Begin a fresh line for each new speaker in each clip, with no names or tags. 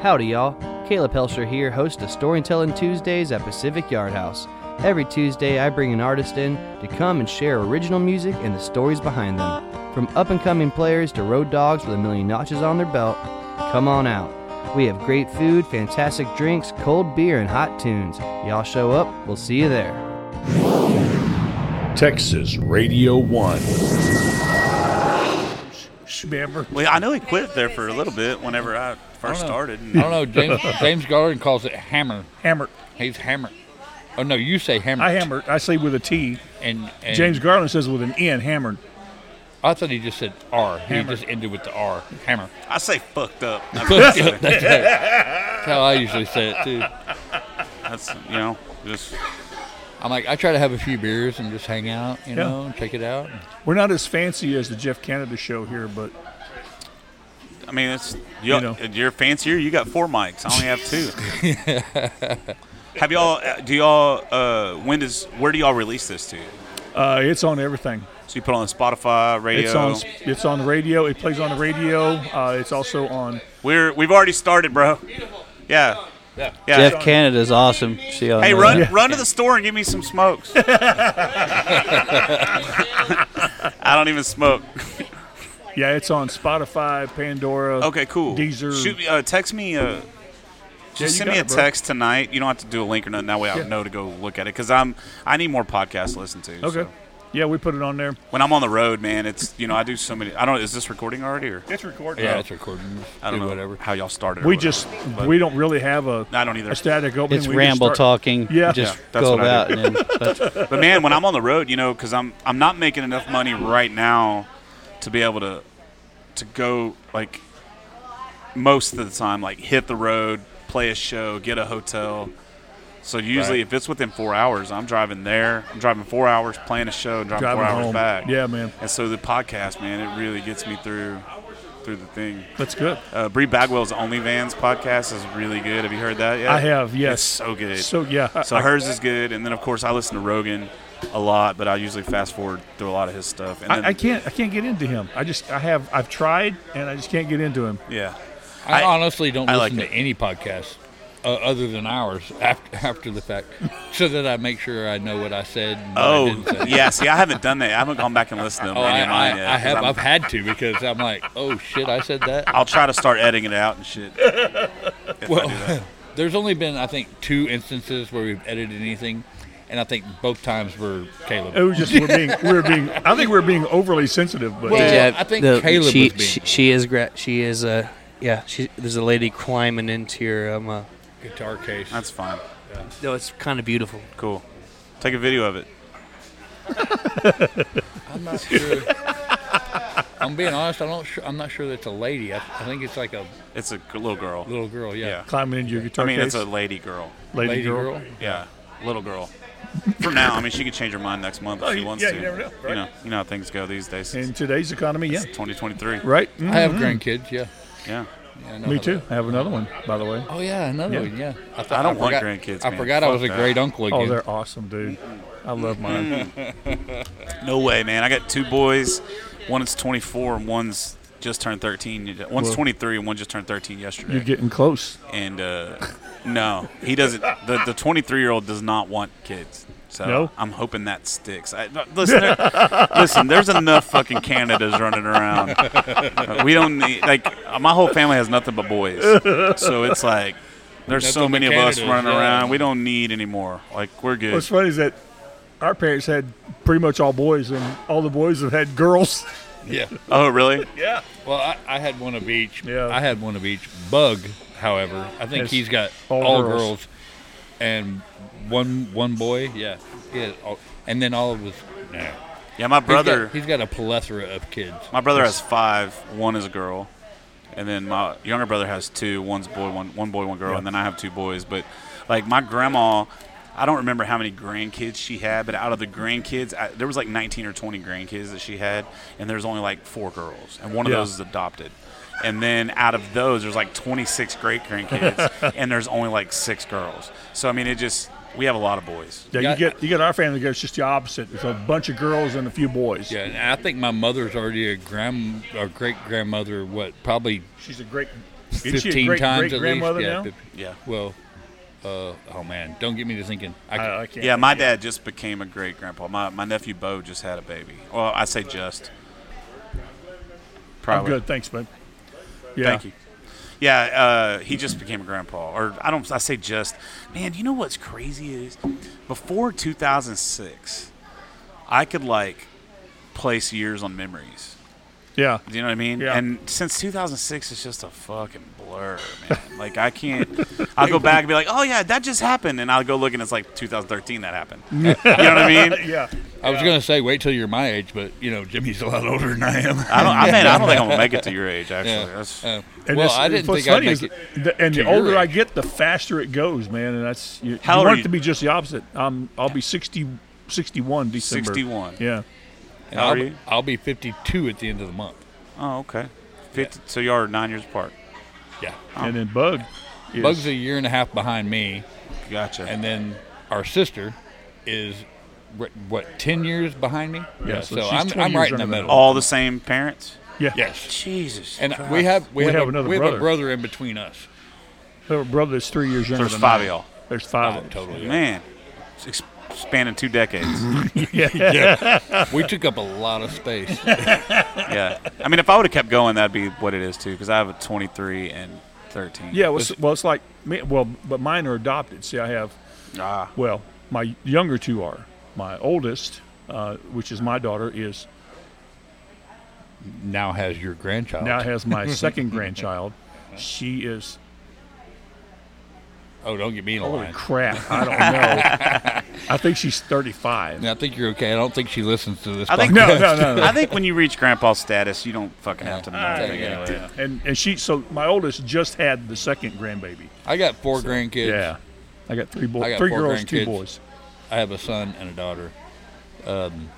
Howdy, y'all. Caleb Helsher here, host of Storytelling Tuesdays at Pacific Yard House. Every Tuesday, I bring an artist in to come and share original music and the stories behind them. From up and coming players to road dogs with a million notches on their belt, come on out. We have great food, fantastic drinks, cold beer, and hot tunes. Y'all show up, we'll see you there.
Texas Radio 1.
Schmember.
Well, I know he quit there for a little bit whenever I first started.
I don't know. James James Garland calls it hammer.
Hammer.
He's hammer. Oh no, you say hammer.
I hammered. I say with a T.
And, and
James Garland says with an N, hammered.
I thought he just said R.
Hammer.
He just ended with the R. Hammer.
I say fucked up. I mean,
That's it. That's how I usually say it too.
That's you know just
I'm like, I try to have a few beers and just hang out, you
Yeah.
know, and check it out.
We're not as fancy as the Jeff Canada show here, but
I mean it's you,
You
you
know.
are fancier. You got four mics. I only have two. have y'all? uh, Do y'all? Uh, when does? Where do y'all release this to?
uh, it's on everything.
So you put it on Spotify, radio.
It's on. It's on the radio. It plays on the radio. Uh, it's also on.
We're we've already started, bro. Yeah. Yeah.
Jeff Canada's awesome. She ought to
Hey,
know
run
that.
run to the store and give me some smokes. I don't even smoke.
Yeah, it's on Spotify, Pandora.
Okay, cool.
Deezer.
Shoot me, uh, text me. Uh, just
you
send
got
me a
it, bro.
text tonight. You don't have to do a link or nothing. That way, I know to go look at it because I'm I need more podcasts to listen to.
Okay.
so.
Yeah, we put it on there.
When I'm on the road, man, it's you know I do so many. I don't. Is this recording already or
It's recorded.
Yeah, it's recording. Just
I don't
do
know
whatever.
how y'all started. or
We
whatever,
just
but
we don't really have a,
I don't either.
a static opening.
It's
we just
ramble
start-
talking.
Yeah.
just
Yeah, that's
go
what I
about
do.
and then, but
But man, when I'm on the road, you know, because I'm I'm not making enough money right now to be able to to go like most of the time, like hit the road, play a show, get a hotel. So usually, if it's within four hours, I'm driving there. I'm driving four hours, playing a show, and driving,
Driving
four hours
home.
back.
Yeah, man.
And so the podcast, man, it really gets me through through the thing.
That's good.
Uh, Bree Bagwell's OnlyVans podcast is really good. Have you heard that yet?
I have. Yes.
It's so good.
So yeah.
So hers is good, and then of course I listen to Rogan a lot, but I usually fast forward through a lot of his stuff. And then,
I, I can't. I can't get into him. I just. I have. I've tried, and I just can't get into him.
yeah,
I,
I-
honestly don't
I
listen
like
to any podcast uh, other than ours after, after the fact, so that I make sure I know what I said. And what I
oh
didn't say.
yeah. See, I haven't done that. I haven't gone back and listened to
Oh,
any
I,
of mine yet.
I, I
'cause
have.
I'm-
I've had to because I'm like, oh shit, I said that.
I'll try to start editing it out and shit. if I do that.
There's only been, I think, two instances where we've edited anything, and I think both times were Caleb.
It was just we're being. We're being. I think we're being overly sensitive, but
Well,
Yeah,
I think
the-
Caleb
she,
was being-
she, she is gra- she is uh, yeah she there's a lady climbing into your um uh,
Guitar case.
That's fine.
no it's kind of beautiful.
Cool. Take a video of it.
I'm not sure. I'm being honest. I don't. Sure, I'm not sure that's a lady. I, I think it's like a
It's a g- little girl.
little girl. Yeah.
Yeah.
climbing into your guitar
I mean,
case,
it's a lady girl.
lady,
Lady
girl.
girl.
Yeah, little girl. For now, I mean, she could change her mind next month if she
you-
wants
yeah,
to.
you never know, right?
know, you know how things go these days.
In today's economy, yeah.
It's 2023.
Right. Mm,
I have grandkids. Yeah.
Yeah.
yeah I know
Me
how
too.
that-
I have another one, by the way.
Oh yeah, another
Yeah.
one. Yeah. I, thought,
I don't want
forgot-
grandkids,
I
man.
forgot I
Fuck
was a
that.
great uncle
Oh,
again.
they're awesome, dude. I love
Mm.
mine.
No way, man. I got two boys. One is 24 and one's just turned 13. One's 23 and one just turned 13 yesterday.
You're getting close.
and uh, no, he doesn't. The, the 23 year old does not want kids. So
No?
I'm hoping that sticks. I, no, listen, there, listen. There's enough fucking Canadas running around. Uh, we don't need like uh, my whole family has nothing but boys. So it's like there's so
Nothing but
many of us
Canadas,
running
yeah.
around. We don't need any more. Like we're good.
What's funny is that our parents had pretty much all boys, and all the boys have had girls.
Yeah.
Oh really?
Yeah.
Well, I, I had one of each.
Yeah.
I had one of each. Bug, however, I think
It's
he's got
all
all,
girls.
girls. and one one boy. Yeah. Yeah. All, and then all of his. Nah.
Yeah, my brother.
He's got, he's got a plethora of kids.
My brother has five. One is a girl, and then my younger brother has two. One's a boy, one one boy, one girl, and then I have two boys. But like my grandma, I don't remember how many grandkids she had, but out of the grandkids, I, there was like 19 or 20 grandkids that she had, and there's only like four girls, and one of
Yeah.
those is adopted. And then out of those, there's like 26 great grandkids, and there's only like six girls. So I mean, it just we have a lot of boys.
Yeah,
Yeah.
you get you get our family. It's just the opposite. It's a bunch of girls and a few boys.
Yeah, and I think my mother's already a grand, a great grandmother. What, probably
She's a great Isn't she a
15
great-
times at least.
great-grandmother
yeah,
now?
fif-
Yeah.
Well, uh, oh man, don't get me to thinking. I,
I, I
can,
can't.
Yeah, my dad just became a great grandpa. My my nephew Bo just had a baby. Well, I say just.
I'm
Probably.
good. Thanks, bud. Yeah.
Thank you. Yeah, uh, he just became a grandpa, or I don't. I say just. Man, you know what's crazy is, before 2006, I could like place years on memories.
Yeah.
Do you know what I mean?
Yeah.
And since 2006, it's just a fucking blur, man. like I can't. I'll go back and be like, oh yeah, that just happened, and I'll go look and it's like 2013 that happened. you know what I mean?
Yeah.
I was gonna say wait till you're my age, but you know Jimmy's a lot older than I am.
I don't. I mean, I don't think I'm gonna make it to your age. Actually, that's,
Uh,
And
well,
that's-
I didn't
what's
think I'd
funny
make
is
it.
the- and
to
the
your
older I
age.
get, the faster it goes, man. And that's you,
How
you
old are
want
you?
it to be just the opposite. I'm I'll be 60, 61 December.
61.
Yeah.
and
How
I'll,
are you?
I'll be 52 at the end of the month.
Oh, okay. 50, So you are nine years apart.
Yeah,
Oh.
And then Bug. Is,
Bug's a year and a half behind me,
Gotcha.
and then our sister is what, what 10 years behind me.
Yeah, so she's
I'm,
20
I'm right
years
in the
under that.
middle.
all the same parents.
yeah.
yes,
Jesus.
and
Christ.
we have we,
We
have,
have
a,
another
we have
brother.
a brother in between us.
Her brother is three years younger.
there's
than
five
I am.
of y'all.
Theres five. of us.
Oh, totally.
Man, it's ex- spanning two decades.
we took up a lot of space.
yeah. I mean, if I would have kept going, that'd be what it is too. Because I have a 23 and 13.
Yeah. Well, it's, well, it's like me. Well, but mine are adopted. See, I have.
Ah.
Well, my younger two are. My oldest, uh, which is my daughter, is
now has your grandchild.
now has my second grandchild. She is
oh, don't get me in a
holy
line.
crap. I don't know. I think she's thirty-five.
Now, I think you're okay. I don't think she listens to this.
I think
podcast.
No, no, no, no.
I think when you reach grandpa status, you don't fucking have to know anything
yeah.
anyway.
And and she so my oldest just had the second grandbaby.
I got four grandkids.
Yeah. I got three boys,
I got
three
four
girls, two
grandkids.
boys.
I have a son and a daughter. Um,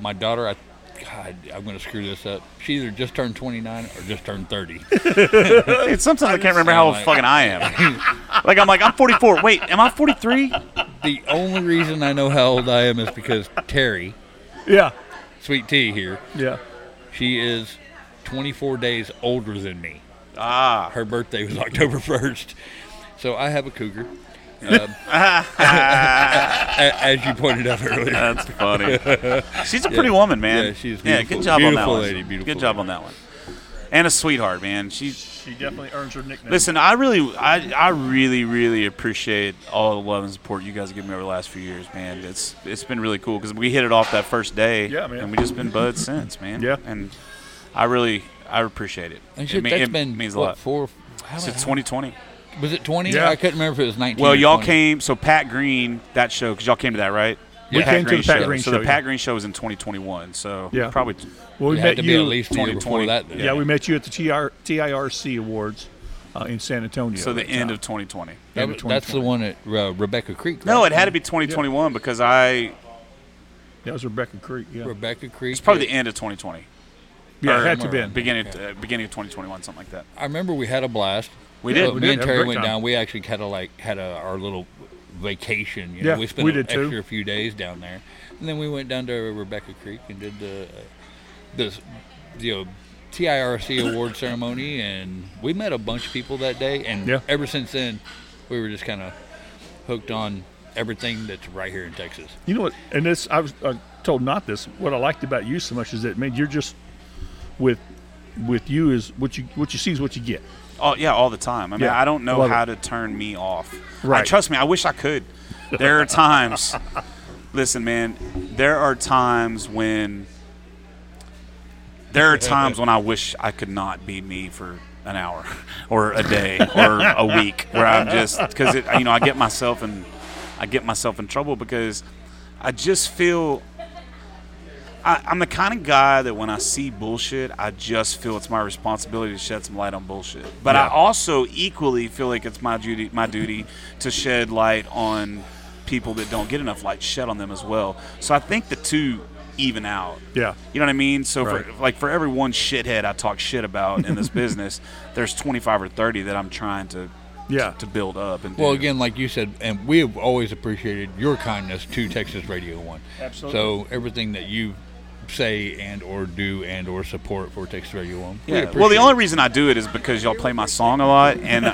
my daughter, I, God, I'm going to screw this up. She either just turned 29 or just turned 30.
Dude, sometimes I can't remember how old
like-
fucking I am. like I'm like I'm 44. Wait, am I 43?
the only reason I know how old I am is because Terry,
Yeah,
Sweet Tea here,
yeah.
she is 24 days older than me.
Ah.
Her birthday was October 1st. So I have a cougar. Um, a- as you pointed out earlier.
That's funny. She's a pretty woman, man.
Yeah, she's
good
beautiful.
job on that
Beautiful
one.
lady, beautiful
good job
lady.
on that one. And a sweetheart, man. She
She definitely earns her nickname.
listen. I really, I, I really, really appreciate all the love and support you guys have given me over the last few years, man. It's it's been really cool because we hit it off that first day.
Yeah, man.
And we just been buds since, man.
Yeah.
And I really, I appreciate it.
And shit,
it, mean-
that's
it
been
means a
what,
lot.
four? How,
Since
how-
2020.
was it 20?
Yeah.
I couldn't remember if it was 19.
Well,
or
y'all
20.
came. So Pat Green, that show, because y'all came to that, right?
We
came
Pat
to the Pat Green
So
show,
the
yeah.
Pat Green show was in 2021. So
Yeah.
probably.
well, we
It
met
had to
you.
be at least a year before
2020.
that. then.
yeah, we met you at the TR, TIRC Awards uh, in San Antonio.
So the
at
end
time.
of 2020.
That
End
was-
of
that's the
2020.
one at uh, Rebecca Creek.
No,
right?
it had to be 2021 because I.
That was Rebecca Creek. Yeah,
Rebecca Creek.
It's probably the end of 2020,
yeah, it had to
or-
been.
beginning uh, beginning of 2021, something like that.
I remember we had a blast.
We did.
Uh,
We
me
did.
and
Had a
Terry
great
went
time.
down. We actually had a like had a, our little vacation. You know?
Yeah,
we spent
we
an
did too.
extra few days down there, and then we went down to Rebecca Creek and did the uh, the you know TIRC award ceremony, and we met a bunch of people that day. And
Yeah.
ever since then, we were just kind of hooked on everything that's right here in Texas.
You know what? And this, I was uh, told not this. What I liked about you so much is that, man, you're just with with you is what you what you see is what you get.
Oh yeah, all the time. I mean,
Yeah.
I don't know
Love
how
it.
to turn me off. I,
Right.
trust me, I wish I could. There are times. listen, man. There are times when. There are times when I wish I could not be me for an hour, or a day, or a week, where I'm just because it. You know, I get myself in, I get myself in trouble because I just feel. I, I'm the kind of guy that when I see bullshit, I just feel it's my responsibility to shed some light on bullshit. But I also equally feel like it's my duty, my duty to shed light on people that don't get enough light, shed on them as well. So I think the two even out.
Yeah.
You know what I mean? So
Right.
for like for every one shithead I talk shit about in this business, there's 25 or 30 that I'm trying to
Yeah.
to build up and
Well,
do.
again, like you said, and we have always appreciated your kindness to Texas Radio One.
Absolutely.
So everything that you've say and or do and or support Vortex Radio One. We
Yeah. Well,
appreciate
the
it.
only reason I do it is because y'all play my song a lot, and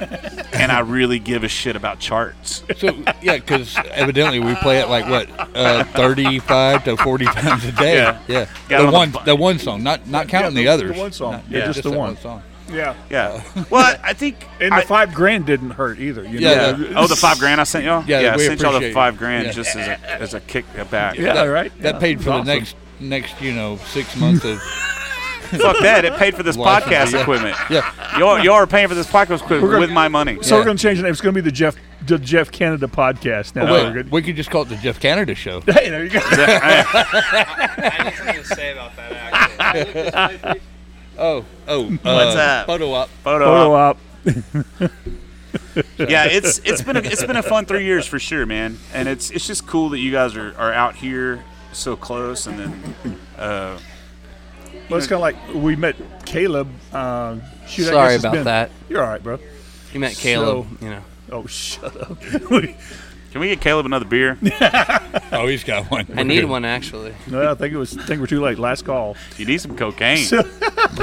and I really give a shit about charts.
So yeah, because evidently we play it like what uh, thirty-five to forty times a day.
Yeah.
Yeah,
Got
The
on the
one,
bu-
the one song, not not counting
the-
the,
the
others.
one song.
Not-
Yeah, just
just
the
that
one.
song.
Yeah.
Yeah.
Oh.
Well, I think
And the
I-
five grand didn't hurt either. You
Yeah,
know?
that-
Oh, the five grand I sent y'all.
Yeah,
I
we
sent y'all the
appreciate it.
five grand
Yeah.
just as a as a kick back.
Yeah,
that,
right?
That
Yeah.
paid for
Awesome.
the next next you know six months of
Fuck that! It paid for this
License,
podcast
yeah.
equipment.
yeah.
Y'all, y'all are paying for this podcast equipment
gonna-
with my money.
So we're
Yeah.
going to change the name. It's going to be the Jeff the Jeff Canada podcast now.
Wait,
We're good.
we could just call it the Jeff Canada Show.
Hey, there you go.
I need something to say about that, actually.
Oh, oh,
What's up?
Photo op.
Photo
Photo
op.
op.
Yeah, it's it's been a, it's been a fun three years for sure, man. And it's it's just cool that you guys are, are out here so close, and then
Well, it's kind of like we met Caleb. Uh, shoot, I guess
Sorry
it's
about
been-
that.
You're all right, bro.
You met Caleb. you know.
Oh, shut up.
can we get Caleb another beer?
Oh, he's got one.
I need one actually.
no, I think it was. I think we're too late. Last call.
You need some cocaine.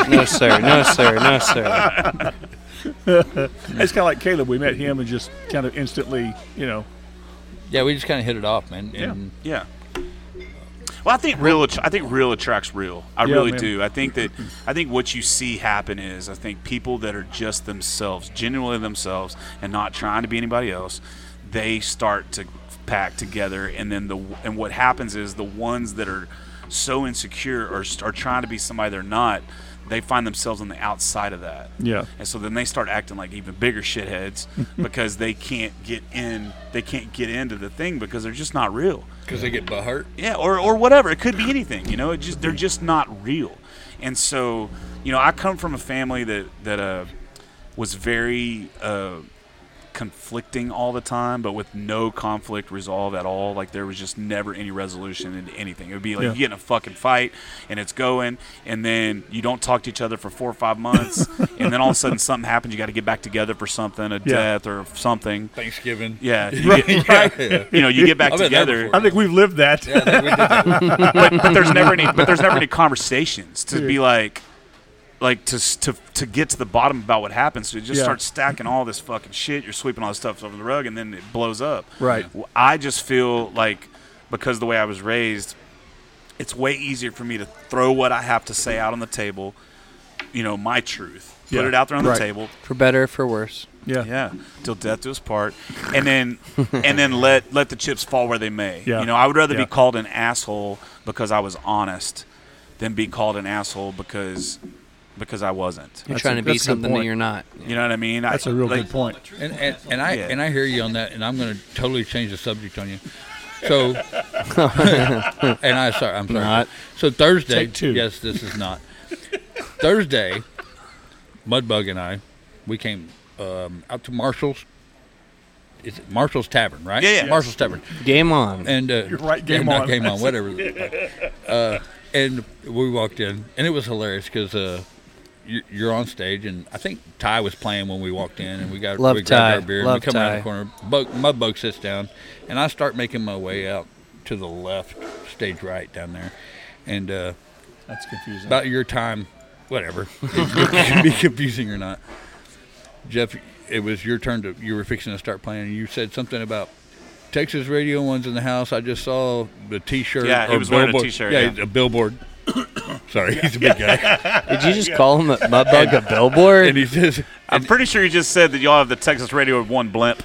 No sir. No sir. No sir.
It's kind of like Caleb. We met him and just kind of instantly, you know.
Yeah, we just kind of hit it off, man. And
Yeah. Well, I think real. att- I think real attracts real. I
Yeah,
really
man.
do. I think that. I think what you see happen is I think people that are just themselves, genuinely themselves, and not trying to be anybody else, they start to pack together, and then the and what happens is the ones that are so insecure or s- are trying to be somebody they're not, they find themselves on the outside of that.
Yeah.
And so then they start acting like even bigger shitheads because they can't get in. They can't get into the thing because they're just not real.
because they get butt hurt.
Yeah, or, or whatever. It could be anything. You know, it just they're just not real. And so, you know, I come from a family that that uh, was very uh, conflicting all the time, but with no conflict resolve at all. Like there was just never any resolution into anything. It would be like
Yeah.
you get in a fucking fight and it's going, and then you don't talk to each other for four or five months, and then all of a sudden something happens. You got to get back together for something, a death or something.
Thanksgiving.
Yeah, you, get, you know, you get back
I've been there
together
before.
I think we've lived that.
but, but there's never any but there's never any conversations to be like like to s- to to get to the bottom about what happens. So you just
Yeah.
start stacking all this fucking shit. You're sweeping all this stuff under the rug, and then it blows up.
Right.
Well, I just feel like because the way I was raised, it's way easier for me to throw what I have to say out on the table. You know, my truth. Put
Yeah.
it out there on the
Right.
table.
For better, or for worse.
Yeah.
Yeah, till death do us part, and then and then let let the chips fall where they may.
Yeah.
You know, I would rather
Yeah.
be called an asshole because I was honest than be called an asshole because because I wasn't.
You're
That's
trying
a-
to be
that's a good
something that
point.
you're not.
You know what I mean?
That's
I,
a real
like,
good point.
And, and, and I
Yeah.
and I hear you on that, and I'm going to totally change the subject on you. So, and I sorry, I'm sorry.
Not.
So Thursday,
Take two.
yes, this is not Thursday. Mudbug and I, we came um, out to Marshall's. Is it Marshall's Tavern, right?
Yeah, yeah.
Marshall's Tavern.
Game on.
And uh,
Um, You're right, game
and not
on.
game on, whatever. uh, and we walked in, and it was hilarious because uh, you- you're on stage, and I think Ty was playing when we walked in, and we got
Love
we
Ty.
grabbed our beer,
Love
and we come around
Ty.
the corner. Bug, my bug sits down, and I start making my way out to the left, stage right down there, and uh,
That's confusing.
about your time, whatever. It can be confusing or not. Jeff, it was your turn to. You were fixing to start playing. and You said something about Texas Radio One's in the house. I just saw the T-shirt.
Yeah, he
or
was wearing a
billboard.
t-shirt,
Yeah,
yeah.
he's a billboard. Sorry, he's a big guy.
Did you just call him a mud bug a billboard?
and he says,
I'm pretty sure you just said that y'all have the Texas radio of one blimp.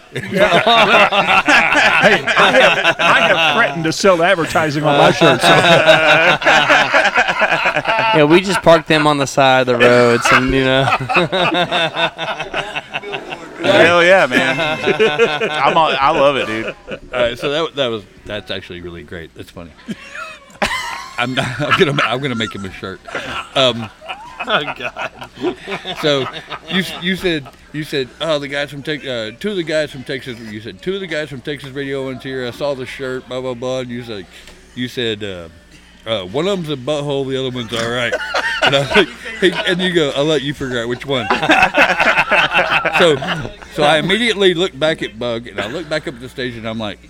I have threatened to sell advertising on my shirt. So
yeah, we just parked them on the side of the road. Some, you know.
Hell yeah, man! I'm all, I love it, dude.
"All right, so that that was that's actually really great. That's funny." I'm not, I'm gonna I'm gonna make him a shirt. Um, So you you said you said oh the guys from Tex uh, two of the guys from Texas you said two of the guys from Texas Radio one's here I saw the shirt blah blah blah and you said you said uh, uh, one of them's a butthole the other one's all right And, I was like, and you go, I'll let you figure out which one. so, so I immediately looked back at Bug, and I looked back up at the stage, and I'm like,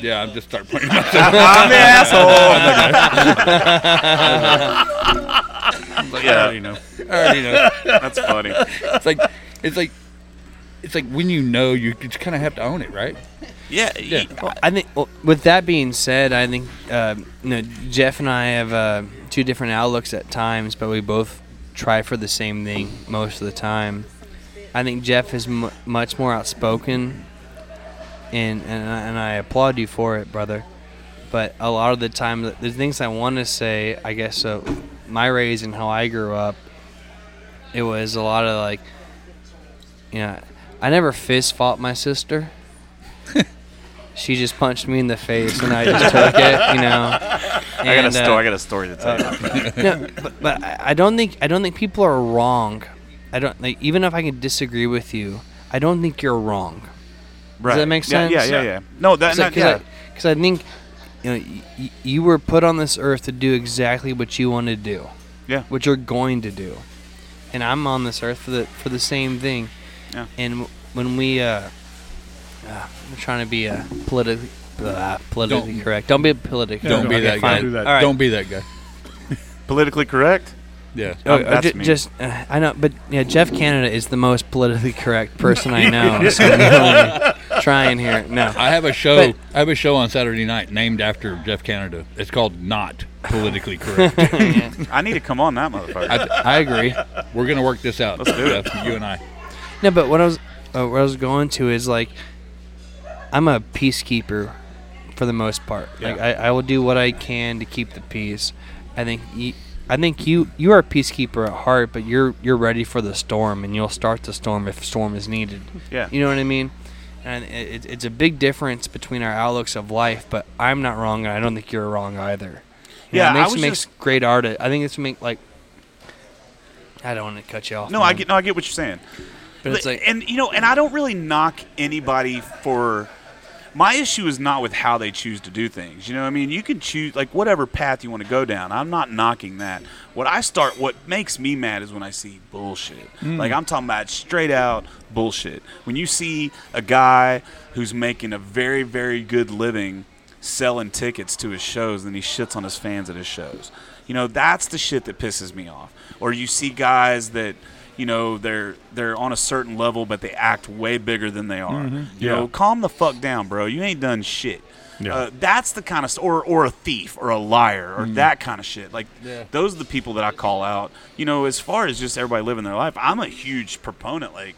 yeah, I'm just start playing myself.
I'm the asshole.
I was like, I
Yeah.
already know. I already know.
That's funny.
It's like, it's like, it's like when you know, you just kind of have to own it, right?
Yeah.
Yeah.
Well, I think. Well, with that being said, I think uh, you know Jeff and I have uh, two different outlooks at times, but we both try for the same thing most of the time. I think Jeff is m- much more outspoken, and and I, and I applaud you for it, brother. But a lot of the time, the the things I want to say, I guess, so my raise and how I grew up, it was a lot of like, you know, I never fist fought my sister she just punched me in the face and I just took it, you know.
I got a
And, uh,
story. I got a story to tell.
no, but, but I I don't think I don't think people are wrong. I don't like even if I can disagree with you, I don't think you're wrong.
right.
that make
Yeah,
sense?
Yeah. Yeah. Yeah. Uh, No. That.
Because
that- yeah.
I, think you know y- y- you were put on this earth to do exactly what you want to do,
Yeah.
what you're going to do, and I'm on this earth for the for the same thing.
Yeah.
And w- when we uh, uh we're trying to be uh, politically blah, politically
Don't-
correct. Don't be politically.
Don't
no,
be
I
that
can't
guy.
do that.
All right.
Don't be that guy.
Politically correct.
Yeah.
Oh,
Um, that's
ju-
me.
just uh, I know, but yeah, Jeff Canada is the most politically correct person I know. so I'm really trying here, no,
I have a show.
But-
I have a show on Saturday night named after Jeff Canada. It's called Not Politically Correct.
I need to come on that motherfucker.
I, I agree. We're gonna work this out.
Let's do it.
Jeff, You and I.
no. But what I was uh, where I was going to is like I'm a peacekeeper for the most part. Like I, I will do what I can to keep the peace. I think you, I think you you are a peacekeeper at heart, but you're you're ready for the storm, and you'll start the storm if storm is needed.
Yeah.
You know what I mean? And it, it's a big difference between our outlooks of life, but I'm not wrong, and I don't think you're wrong either. You know,
Yeah,
it
I
makes,
was
makes
just-
great art. I think it's make like. I don't want to cut you off.
no, I
man,
get. No, I get what you're saying.
But it's
But-
like,
and you know, and I don't really knock anybody for. My issue is not with how they choose to do things. You know, what I mean, you can choose like whatever path you want to go down. I'm not knocking that. What I start, what makes me mad is when I see bullshit. Like I'm talking about straight out bullshit. When you see a guy who's making a very, very good living selling tickets to his shows and he shits on his fans at his shows. You know, that's the shit that pisses me off. Or you see guys that, you know, they're they're on a certain level but they act way bigger than they are. You
Yeah.
know, calm the fuck down, bro. You ain't done shit.
Yeah.
Uh, that's the kind of st- or or a thief or a liar or that kind of shit. Like those are the people that I call out. You know, as far as just everybody living their life, I'm a huge proponent like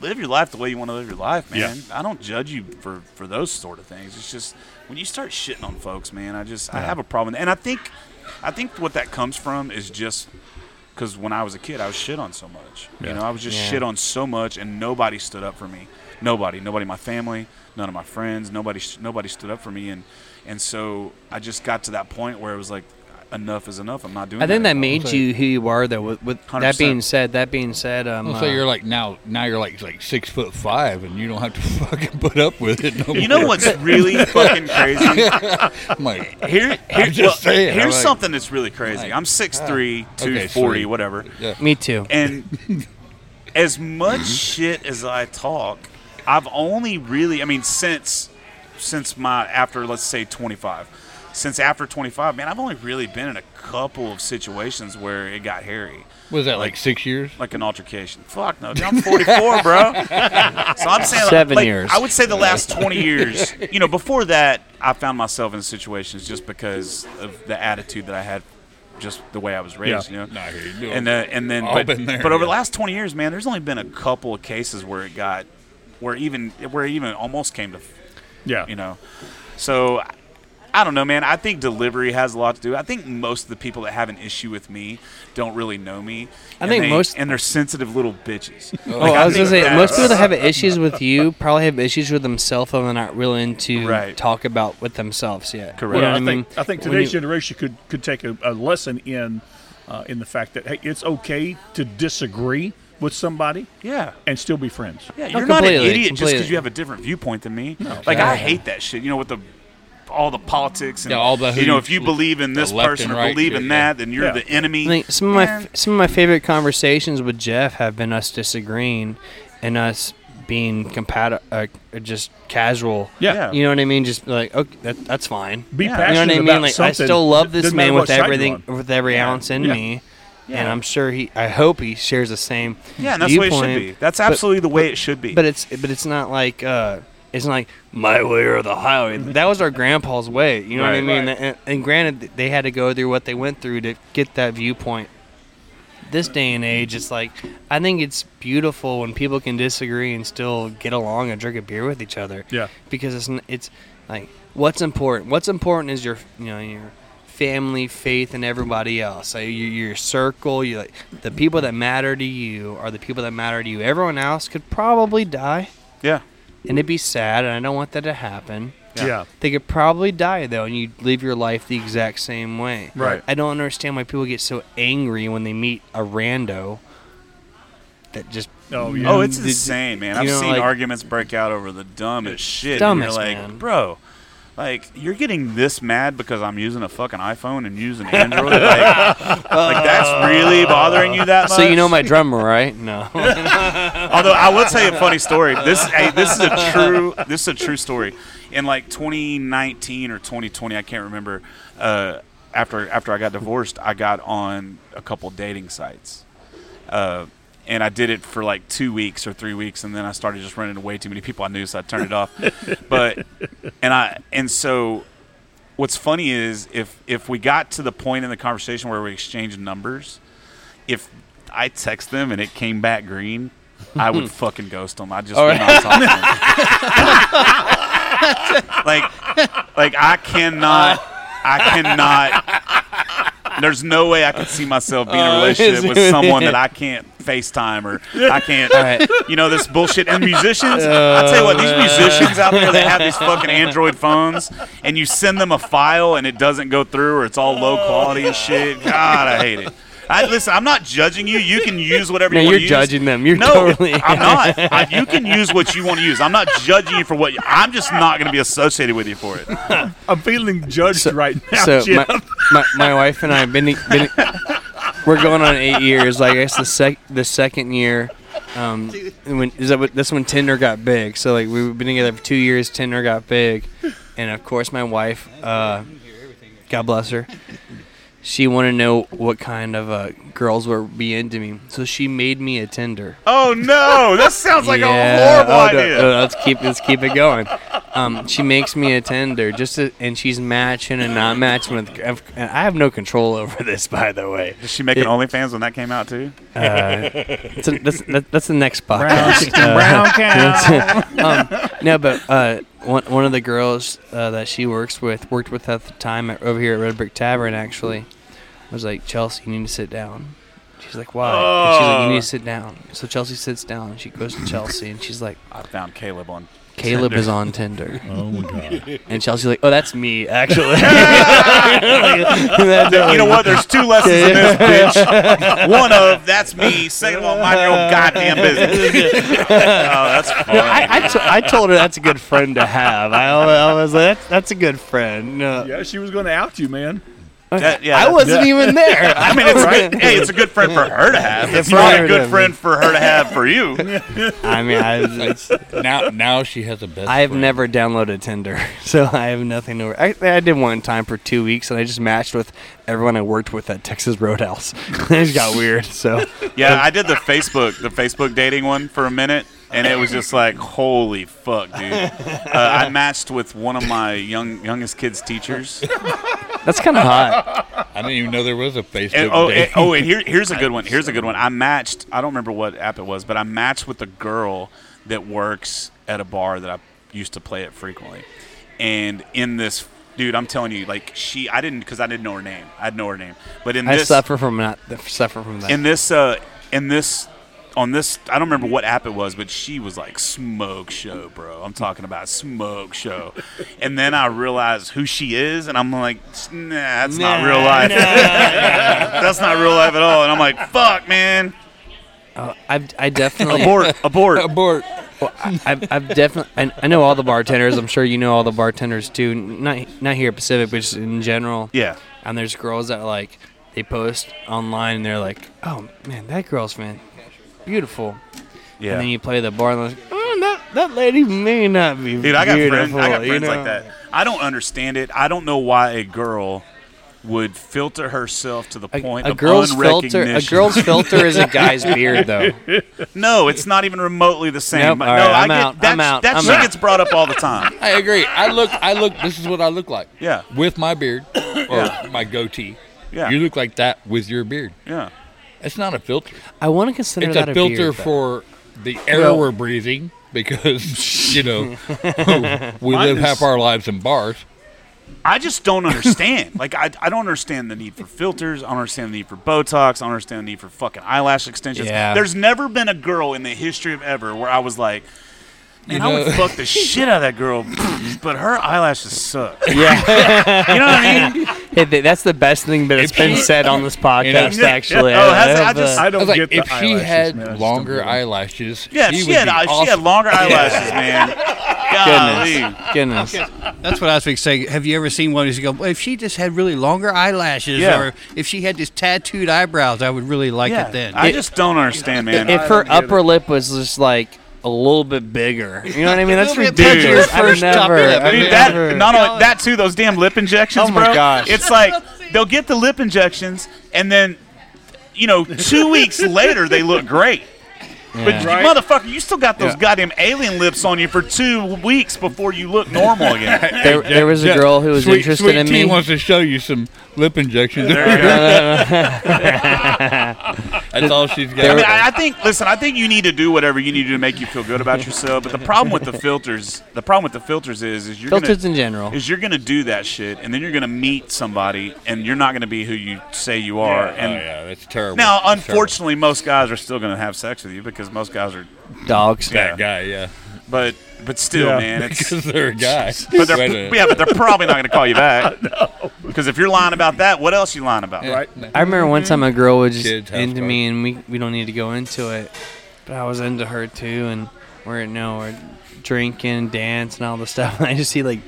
live your life the way you want to live your life, man. I don't judge you for for those sort of things. It's just when you start shitting on folks, man, I just I have a problem. And I think I think what that comes from is just because when I was a kid, I was shit on so much. You know, I was just
Yeah.
shit on so much, and nobody stood up for me. Nobody, nobody, in my family, none of my friends, nobody, nobody stood up for me, and and so I just got to that point where it was like, enough is enough. I'm not doing.
I think that
anymore.
made you who you are, though. With, with that
100%.
being said, that being said, um,
Well,
uh,
so you're like now. Now you're like like six foot five, and you don't have to fucking put up with it. No
You know
more.
what's really fucking crazy?
I'm like,
Here, here-
just
well,
saying,
here's
I'm like-
something that's really crazy. I'm 6'3", 240,
sweet.
whatever.
me too.
And as much shit as I talk, I've only really, I mean, since since my after let's say 25, since after 25, man, I've only really been in a couple of situations where it got hairy
was that like six years?
like an altercation. Fuck no, dude, I'm 44, bro. So I'm saying like-
Seven
like,
years.
I would say the last 20 years. You know, before that, I found myself in situations just because of the attitude that I had, just the way I was raised. You
Yeah.
know,
No, I hear you.
and uh, and then
All
but,
been there,
but over the
yeah.
last 20 years, man, there's only been a couple of cases where it got, where even where it even almost came to
Yeah.
you know. So I- I don't know, man. I think delivery has a lot to do. I think most of the people that have an issue with me don't really know me.
I
and
think
they-
most-
and they're sensitive little bitches.
Oh, I was gonna
think
say most
that's-
people that have issues with you probably have issues with themselves and are not really into
Right.
talk about with themselves yet.
Correct.
You
Well,
know
I,
what
think
mean?
I think
When
today's
you-
generation could could take a, a lesson in uh, in the fact that hey, it's okay to disagree with somebody
Yeah.
and still be friends.
Yeah,
No,
you're not an
completely,
idiot just because
completely.
you have a different viewpoint than me. like I hate that shit. You know, with the all the politics and
Yeah, all the who
you know
you-
if you believe in
the
this
left
person
and
or
right
believe
shit,
in
yeah.
that, then you're
Yeah.
the enemy.
I think some of my f-
Man.
some of my favorite conversations with Jeff have been us disagreeing and us being compatible, uh, just casual.
Yeah.
Yeah.
You know what I mean? Just like, okay, that, that's fine.
Be
Yeah.
passionate
you know what I mean?
about
Like, I
something.
still love this
Doesn't
man
matter
with
what side you're
everything,
on.
with every ounce in
Yeah.
me, and
Yeah.
I'm sure he. I hope he shares the same.
Yeah, and that's the way it should
viewpoint,
be. That's
but-
absolutely the way it should be.
But it's but it's not like uh, it's not like my way or the highway.
Mm-hmm.
That was our grandpa's way. You know what I
Right.
mean? And, and granted, th- they had to go through what they went through to get that viewpoint. This day and age, it's like I think it's beautiful when people can disagree and still get along and drink a beer with each other.
Yeah.
Because it's n- it's like what's important. What's important is your you know your family, faith, and everybody else. So your, your circle, you like the people that matter to you are the people that matter to you. Everyone else could probably die,
yeah,
and it'd be sad, and I don't want that to happen.
Yeah. yeah.
They could probably die though, and you live your life the exact same way.
Right.
I don't understand why people get so angry when they meet a rando that just
Oh, yeah.
Oh, it's
Did-
insane, man.
you
I've
know,
seen
like-
arguments break out over the dumbest shit.
dumbest,
and you're like,
man.
bro, like you're getting this mad because I'm using a fucking iPhone and using Android. like, like, that's really bothering you that much.
so you know my drummer, right? No.
Although I will tell you a funny story. This hey, this is a true this is a true story. In like 2019 or 2020, I can't remember. Uh, after after I got divorced, I got on a couple dating sites, uh, and I did it for like two weeks or three weeks, and then I started just running away too many people I knew, so I turned it off. But and I and so. What's funny is if if we got to the point in the conversation where we exchanged numbers, if I text them and it came back green, I would fucking ghost them. I just would not talk to them. like, like I cannot, I cannot. There's no way I could see myself being in a
Oh,
relationship
it's-
with someone that I can't FaceTime or I can't,
right. Oh,
you know, this bullshit. And musicians, I tell you what, these musicians out there that have these fucking Android phones, and you send them a file and it doesn't go through or it's all low quality and shit. God, I hate it. I, listen, I'm not judging you. You can use whatever
No,
you
you're
want to use
judging them. You're
no,
totally.
I'm not. I, you can use what you want to use. I'm not judging you for what. You, I'm just not going to be associated with you for it.
I'm feeling judged right now,
so
Jeff.
my, my, my wife and I have been, been we're going on eight years. Like I guess the sec the second year, um, when is that what, that's when Tinder got big. So like we've been together for two years. Tinder got big, and of course my wife, uh, God bless her, she wanted to know what kind of uh, girls would be into me. So she made me a Tinder.
Oh no, that sounds like a horrible
Oh, no,
idea.
no, let's keep let's keep it going. Um, she makes me a tender just to, and she's matching and not matching with. I've- And I have no control over this, by the way.
Did she make an
It-
OnlyFans when that came out too?
That's, that's, that- that's the next podcast.
Brown cow.
No, but uh, one one of the girls uh, that she works with worked with at the time at, over here at Red Brick Tavern. Actually, was like Chelsea, you need to sit down. She's like, why? And she's
Oh.
like, you need to sit down. So Chelsea sits down. and She goes to Chelsea and she's like,
I found Caleb on.
Caleb is on Tinder. Oh my god! And Chelsea's like, oh, that's me actually. That's
You know what? There's two lessons in this bitch. One of that's me. Second of all, mind your own goddamn business. oh, that's
No,
fun.
I, I, to- I told her that's a good friend to have. I, al- I was like, that's, that's a good friend. No,
yeah, she was going to out you, man.
That- yeah,
I
that-
wasn't
yeah.
even there.
I mean, it's a good, hey, it's a good friend for her to have. It's
for
not
her
a
to-
good friend for her to have for you.
I mean, I, it's,
now, now she has a best.
I've
friend.
never downloaded Tinder, so I have nothing to. I, I did one time for two weeks, and I just matched with everyone I worked with at Texas Roadhouse. it just got weird. So
Yeah, I did the Facebook, the Facebook dating one for a minute, and it was just like, holy fuck, dude. Uh, I matched with one of my young youngest kids' teachers.
that's kind of hot.
I didn't even know there was a Facebook.
And, oh,
dating.
and, oh, and here, here's a good one. Here's a good one. I matched. I don't remember what app it was, but I matched with a girl that works at a bar that I used to play at frequently. And in this, dude, I'm telling you, like she, I didn't because I didn't know her name. I didn't know her name, but in
I
this,
suffer from not suffer from that.
in this uh in this on this I don't remember what app it was, but she was like smoke show, bro. I'm talking about smoke show. And then I realized who she is and I'm like, nah, that's not real life. that's not real life at all. And I'm like, fuck man.
I, I definitely
Abort, abort.
abort.
I've, I've definitely, I, I know all the bartenders. I'm sure you know all the bartenders too. Not not here at Pacific, but just in general.
Yeah.
And there's girls that like they post online and they're like, "Oh man, that girl's fan, beautiful."
Yeah.
And then you play the bar and they're like, "Mm, that that lady may not be
Dude, I got friends.
beautiful."
I got
you
friends
know?
like that. I don't understand it. I don't know why a girl would filter herself to the
A,
point
a
of
girl's filter, a
unrecognition.
girl's filter is a guy's beard, though.
No, it's not even remotely the same.
Nope,
But
all
no,
right,
I
I'm
get,
out, I'm
That,
out,
that
I'm
shit
out.
gets brought up all the time.
I agree. I look. I look. This is what I look like.
Yeah.
With my beard or my goatee.
Yeah.
You look like that with your beard.
Yeah.
It's not a filter.
I want to consider
it's
that
a filter
beard, though.
for the air
Well-
we're breathing because you know we
Mine
live
is-
half our lives in bars.
I just don't understand. like, I, I don't understand the need for filters. I don't understand the need for Botox. I don't understand the need for fucking eyelash extensions.
Yeah.
There's never been a girl in the history of ever where I was like, man,
You
I would
know-
fuck the shit out of that girl, but her eyelashes suck. Yeah. you know what I mean?
Hey, th- that's the best thing that has been said on this podcast.
Yeah.
Actually,
Oh, has it?
have,
I just-
uh,
I
I
don't
was like,
get the
if she
eyelashes,
had
man. I just don't
longer
get it.
eyelashes,
Yeah,
she,
she,
would
had,
be
eye- she had
awesome.
longer eyelashes, man. Golly.
goodness.
That's what I was fixing to say. Have you ever seen one who's go, well, if she just had really longer eyelashes
Yeah.
or if she had just tattooed eyebrows, I would really like
Yeah,
it then.
I
It-
just don't understand, man.
if
I
her
don't get
upper lip was just like a little bit bigger, you know what I mean? That's
little bit bigger,
ridiculous.
your
I've
first top
never,
lip.
I've
Dude, that
never-
not only that too. Those damn lip injections,
Oh my
bro.
gosh.
It's like they'll get the lip injections, and then you know, two weeks later they look great. But you-
Right.
motherfucker, you still got those goddamn alien lips on you for two weeks before you look normal again.
there, there was a
Yeah.
girl who was
sweet,
interested
sweet
in
T
me.
wants to show you some lip injections. That's all she's got.
I, mean, I, I think. Listen, I think you need to do whatever you need to do to make you feel good about yourself. But the problem with the filters, the problem with the filters is, is you're
Filters
gonna,
in general.
is you're gonna do that shit, and then you're gonna meet somebody, and you're not gonna be who you say you are,
oh,
and
yeah, that's terrible.
Now,
That's terrible.
unfortunately, most guys are still going to have sex with you because most guys are.
Dogs.
that guy, yeah,
But but still,
Yeah.
man, it's.
because they're a guy.
But they're,
Wait a minute.
yeah, but they're probably not going to call you back. Because if you're lying about that, what else you lying about?
Right?
I remember one time a girl was just
Kids, house
into me, and we, we don't need to go into it, but I was into her too, and we're you know we're drinking, dance, and all this stuff, and I just see like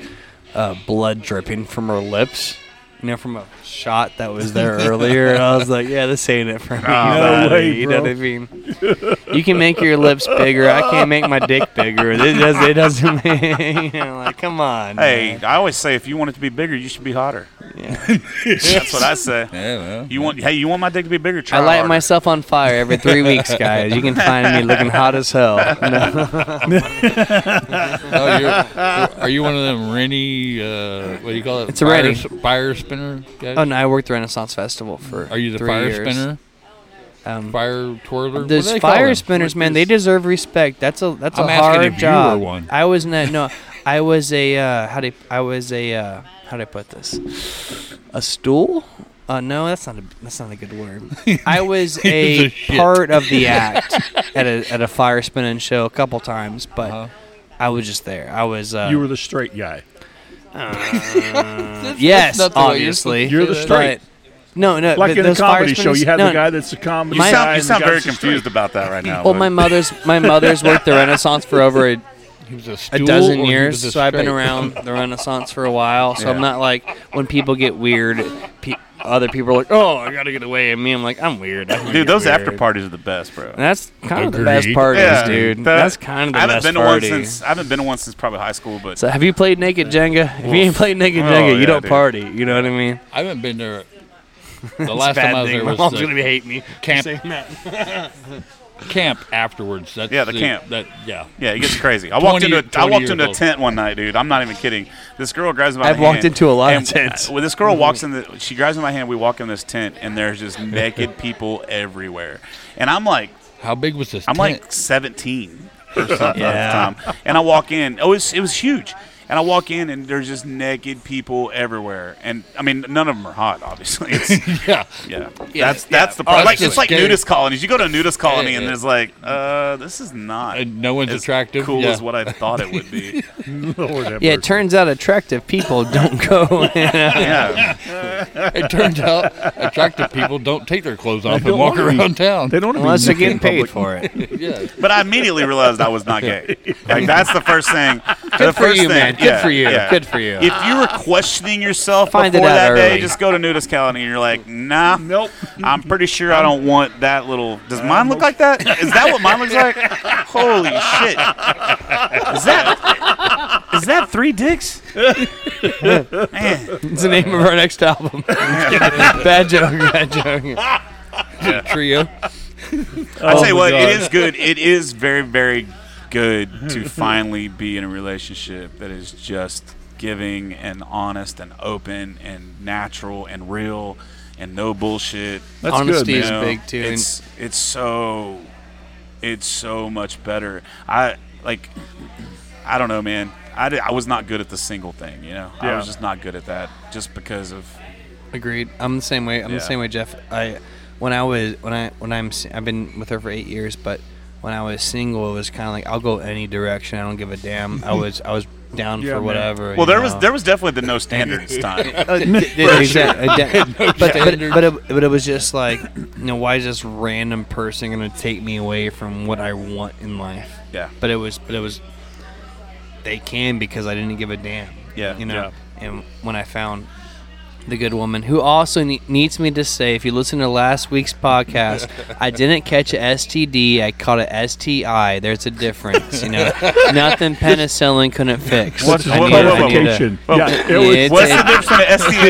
uh, blood dripping from her lips, you know, from a shot that was there earlier, and I was like, yeah, this ain't it for me. buddy,"
way,
you know what
bro.
I mean? You can make your lips bigger. I can't make my dick bigger. It, does, it doesn't. Make, you know, like, come on.
Hey,
man.
I always say if you want it to be bigger, you should be hotter. That's what I say.
Yeah, well,
You want hey, you want my dick to be bigger? Try
I light
harder.
myself on fire every three weeks, guys. You can find me looking hot as hell. No.
oh, you're, are you one of them Rennie? Uh, what do you call it?
It's a
fire,
Rennie.
s- fire spinner guys.
Oh no, I worked the Renaissance Festival for.
Are you the
three
fire
years.
spinner?
Um,
Fire twirler? What do
those
they call
fire
them?
spinners, man, they deserve respect. That's a that's
I'm
a
asking
hard
if you
job.
were one.
I was not. No, I was a uh, how do you- I was a uh, how do I put this? A stool? Uh, no, that's not a that's not a good word. I was
He was
a
a shit.
part of the act at a at a fire spinning show a couple times, but
Uh-huh.
I was just there. I was uh,
You were the straight guy.
Yes,
not the way you're
obviously.
You're the straight.
But- no, no. but
Like in a
those fire
comedy show,
spinners-
you have
no,
the guy that's a comedy
You
My-
guy.
sound, you
and the
sound
guy
very
that's a straight.
confused about that right now.
Well,
bud.
my mother's my mother's worked the Renaissance for over a,
He was a,
a
stool or
dozen
he
years,
was a
so I've been
straight?
around the Renaissance for a while. So I'm not like when people get weird, pe- other people are like, "Oh, I gotta get away." And me, I'm like, "I'm weird." I'm
dude,
weird,
those
weird."
after parties are the best, bro.
And that's kind of the best
Agreed.
parties,
Yeah,
dude.
the-
that's kind of the
I haven't
best
been to
party.
one since I haven't been to one since probably high school, but
so have you played Naked Jenga? If you ain't played Naked
Oh,
Jenga,
yeah,
you don't
dude.
party. You know what I mean?
I haven't been there. The last
Bad
time I was
thing.
there
My
was
mom's
the
gonna be hating me.
camp. camp afterwards. That's
Yeah, the camp.
That yeah.
Yeah, it gets crazy. I walked
20
into a, I
20
walked
years
into a
old.
tent one night, dude. I'm not even kidding. This girl grabs my.
I've
hand,
walked into a lot of
and,
tents.
uh, When this girl walks in, the, she grabs my hand. We walk in this tent, and there's just naked people everywhere. And I'm like,
How big was this?
I'm
tent?
like 17 or something at the time. And I walk in. Oh, it's, it was huge. And I walk in and there's just naked people everywhere. And I mean, none of them are hot, obviously. It's,
Yeah.
yeah.
Yeah,
that's
yeah.
that's the problem. like,
that's
it's like
scary.
nudist colonies. You go to a nudist colony
Yeah,
and
yeah.
there's like, uh, this is not.
And no one's
as
attractive.
Cool
Yeah.
as what I thought it would be.
Lord have
Yeah,
mercy.
it turns out attractive people don't go.
yeah.
It turns out attractive people don't take their clothes off
don't
and walk
wanna be-
around town.
They don't want
Unless
to
they're
be naked in
getting paid
public.
for it.
Yeah.
But I immediately realized I was not gay. Like that's the first thing. the
Good for
first thing,
you, man. Good
yeah,
for you.
yeah.
Good for you.
If you were questioning yourself
Find it
before
out
that day,
early.
just go to nudist colony and you're like, nah,
Nope.
I'm pretty sure I don't want that little. Does mine look like that? Is that what mine looks like? Holy shit! Is that is that three dicks? Man,
It's the name of our next album. bad joke. Bad joke.
Trio.
I
Oh
tell you
my
what,
God.
it is good. It is very very good to finally be in a relationship that is just giving and honest and open and natural and real and no bullshit.
That's
Honesty
good,
is
man.
know,
big too. and-
It's it's so it's so much better. I like I don't know, man. I, did- I was not good at the single thing, you know. I
Yeah.
was just not good at that, just because of
Agreed. I'm the same way. I'm the
Yeah.
same way, Jeff. I when I was when I when I'm si- I've been with her for eight years, but when I was single, it was kind of like I'll go any direction. I don't give a damn. I was I was down
Yeah,
for
man.
whatever.
well, there was there was definitely the no standards time.
but, but, but, it, but it was just like, you know, why is this random person going to take me away from what I want in life?
Yeah,
But it was, but it was, they can because I didn't give a damn.
Yeah,
You know, and when I found the good woman who also ne- needs me to say, if you listen to last week's podcast, I didn't catch a STD. I caught a STI. There's a difference, you know. Nothing penicillin couldn't fix.
What's-
I
what-
need-
what-
I need to-
Publication. Yeah, it was
It's
what's
a-
the difference between an ST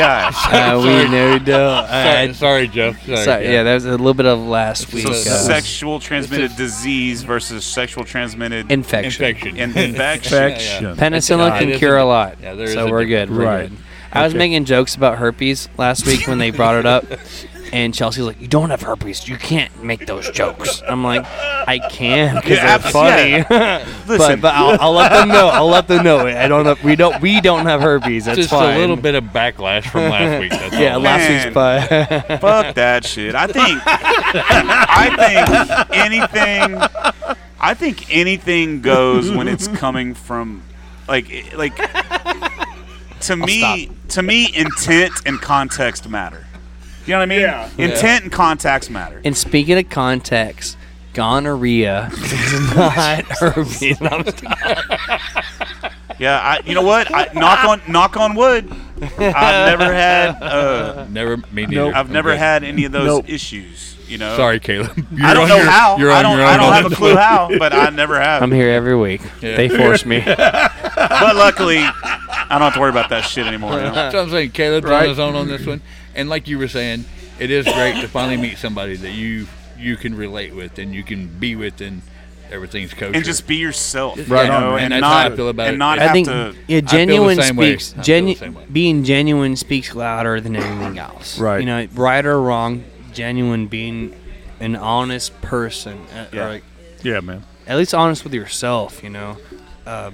and STI?
uh, we know. don't. I-
Sorry, sorry, Jeff. Sorry.
Sorry, yeah. that was a little bit of last week.
So
uh,
sexual transmitted disease versus sexual transmitted
infection.
Infection.
infection.
Perfection.
Penicillin
Yeah,
can
it is
cure
a-
a lot.
yeah, there is
so
a
we're good. We're
Right.
good. I was making jokes about herpes last week when they brought it up, and Chelsea was like, "You don't have herpes. You can't make those jokes." I'm like, "I can because
Yeah,
they're
abs-
funny." but
Listen,
but I'll, I'll let them know. I'll let them know. I don't. Have, we don't. We don't have herpes. That's
Just
fine.
a little bit of backlash from last week. That's
Yeah,
all.
last
Man.
week's pod.
Fuck that shit. I think I think anything I think anything goes when it's coming from like it- like to me to me intent and context matter. You know what I mean?
Yeah.
Intent and context matter.
and speaking of context, gonorrhea is not herpes. I'm
Yeah, I, you know what? I, knock on knock on wood. I've never had uh,
Never. Me neither.
I've
I'm
never
good.
had any of those
Nope.
issues, you know.
Sorry, Caleb. You're
I don't
on
know
your-
how.
You're on
I don't
your own
I don't
on
have a
this
clue how, but I never have.
I'm here every week. They force me.
But luckily, I don't have to worry about that shit anymore. you know?
That's what I'm saying. Caleb's
Right.
on his own on this one. And like you were saying, it is great to finally meet somebody that you you can relate with and you can be with and everything's kosher.
And just be yourself,
Right
you
on,
know,
man.
and
That's
not
how I feel about
and
it.
not
I
have
I think
to.
yeah,
feel the
genuine
same way.
speaks.
I feel the same way.
Genu- being genuine speaks louder than anything else.
Right.
You know, right or wrong, genuine being an honest person, uh, or,
Yeah.
like,
Yeah, man.
at least honest with yourself. You know,
Well,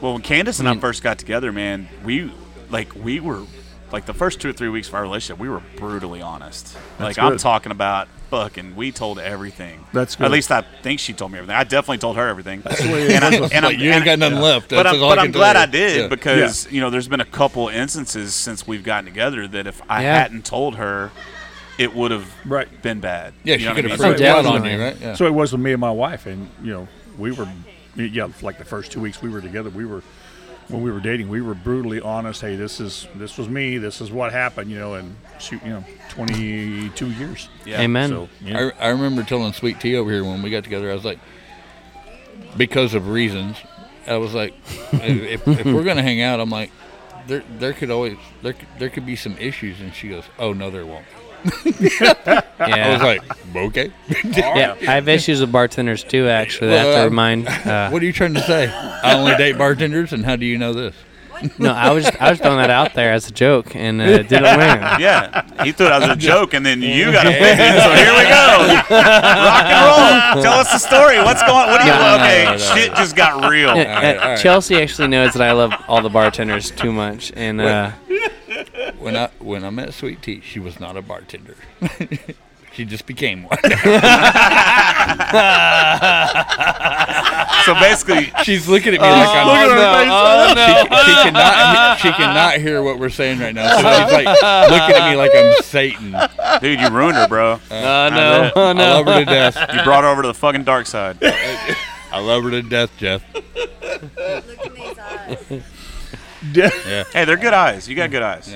when Candace and I
mean-
first got together, man, we like we were like the first two or three weeks of our relationship, we were brutally honest. like I'm
good.
talking about fucking, we told everything.
That's good.
At least I think she told me everything. I definitely told her everything. and I, and I'm-
you ain't
and-
got nothing left.
but
That's
I'm,
all
but
I
I'm
can tell
glad
you.
I did
Yeah.
because you know there's been a couple instances since we've gotten together that if I
Yeah.
hadn't told her, it would have
Right.
been bad.
Yeah,
you
she
know what
could
I mean?
have
Oh,
proved one on
definitely.
you, right? Yeah.
So it was with me and my wife, and you know, we were, yeah, like the first two weeks we were together, we were, when we were dating, we were brutally honest. Hey, this is this was me. This is what happened. You know, and shoot, you know, twenty two years.
Yeah.
Amen.
So you know,
I, I remember telling Sweet Tea over here when we got together, I was like, because of reasons, I was like, if, if we're gonna hang out, I'm like, there there could always there could- there could be some issues, and she goes, oh no, there won't. I was
yeah.
like, okay,
yeah, I have issues with bartenders too. Actually, I
Well, um,
have to
I'm-
remind. Uh,
what are you trying to say? I only date bartenders, and how do you know this?
No, I was I was throwing that out there as a joke and uh, it didn't win.
Yeah, he threw it out as a joke, and then you got offended. So here we go, rock and roll. Tell us the story. What's going? What do you?
No, no, no,
okay,
no, no,
shit just got real.
Uh, uh, Chelsea actually knows that I love all the bartenders too much, and uh,
When I when I met Sweet Tea, she was not a bartender. she just became one.
So basically,
She's looking Oh, at me like I'm.
look at her face.
Oh, no. She, she cannot. She cannot hear what we're saying right now. So she's like looking at me like I'm Satan. I
dude, you ruined her, bro.
uh, no, oh, no.
love her to death.
You brought her over to the fucking dark side.
I love her to death, Jeff.
Look in these eyes.
Yeah.
Hey, they're good eyes. You got good eyes.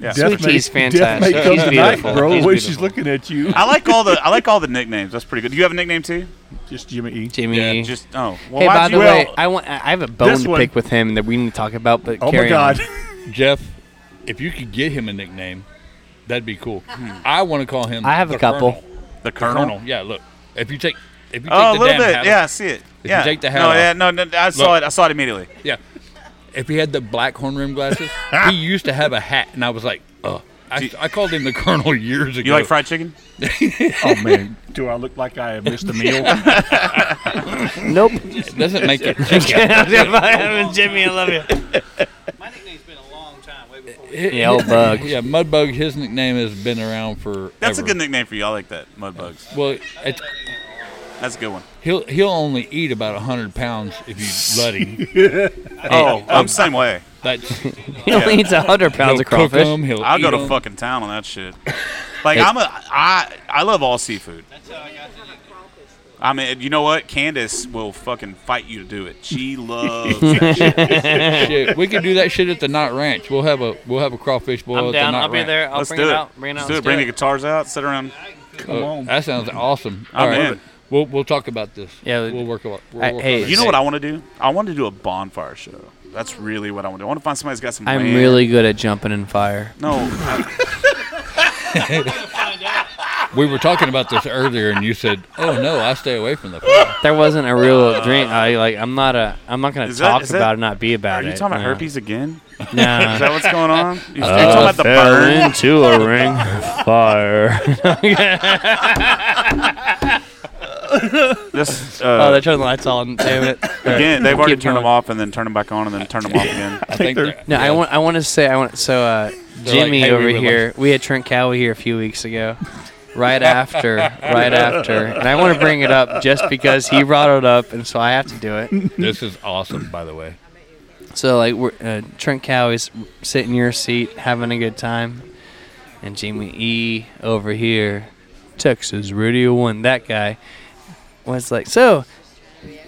Yeah.
Sweet
may-
tea's
death
fantastic.
may come
She's
tonight,
beautiful.
bro.
She's
the way she's
beautiful.
looking at you.
I like all the I like all the nicknames. That's pretty good. Do you have a nickname too?
Just Jimmy E.
Jimmy.
Yeah,
Just oh. Well,
hey,
why'd
by
you-
the
well,
way, I want I I have a bone
this
to
one-
pick with him that we need to talk about. But
Oh my
carry on.
God.
Jeff, if you could get him a nickname, that'd be cool. I want to call him.
I have a
the
couple.
Colonel.
the
The
Colonel.
Colonel. Yeah. Look, if you take. If you take
Oh, a
the
little
damn
bit.
hat
Yeah, I
off-
see it.
you
yeah.
take the hat
no,
off-
yeah, no, no, I saw
Look.
it. I saw it immediately.
yeah. If he had the black horn rim glasses, he used to have a hat, and I was like, oh. I, I called him the Colonel years ago.
You like fried chicken?
Oh man, do I look like I have missed a meal?
Nope.
It doesn't make it.
Jimmy, I love you.
My nickname's been a long time, way before we
Yeah, old bug.
Yeah, Mudbug. His nickname has been around for.
That's a good nickname for you. I like that. Mudbugs.
Well, it's,
That's a good one.
he'll he'll only eat about hundred pounds if you let him.
Oh,
um,
I'm the same way.
That's,
He only eats hundred pounds
he'll
of
cook
crawfish.
him. He'll
I'll
eat
go to
him.
fucking town on that shit. Like I'm a I I love all seafood. I mean, you know what? Candace will fucking fight you to do it. She loves. that shit.
Shit, we could do that shit at the Knot Ranch. We'll have a we'll have a crawfish
I'm
boil at
down.
the Knot
I'll be
Ranch.
there. I'll
Let's
bring
do
it
it.
out. Bring it
Let's
out.
do it. Bring the guitars out. Sit around.
Come on. That sounds awesome.
I'm
All right,
in.
we'll we'll talk about this.
Yeah, we-
we'll work on. We'll
I-
work
hey,
on it.
You know what I want to do? I want to do a bonfire show. That's really what I want to do. I want to find somebody who's got some.
I'm
land.
really good at jumping in fire.
no. I-
we were talking about this earlier, and you said, "Oh no, I stay away from the fire."
There wasn't a real drink. I like. I'm not a. I'm not gonna
Uh, Is that-
talk
is that-
about it. Not be about
Are
it.
you talking about
no.
herpes again? Is
No.
that what's going on? You, are talking
Uh,
about the burn?
into a ring of fire.
This,
oh, they
uh,
turned the lights on. Damn it.
again, they've already turned them
going.
off and then turned them back on and then turned them off again.
I think they're-
No, I
yeah.
want. I want to say. I want. So uh,
They're like,
Jimmy
"Hey, we
over
were
here. We had Trent Cowie here a few weeks ago. Right after, right after, and I want to bring it up just because he brought it up, and so I have to do it.
This is awesome, by the way.
So like, we're, uh, Trent Cowie's sitting in your seat, having a good time, and Jimmy E over here, Texas Radio One, that guy was like, so.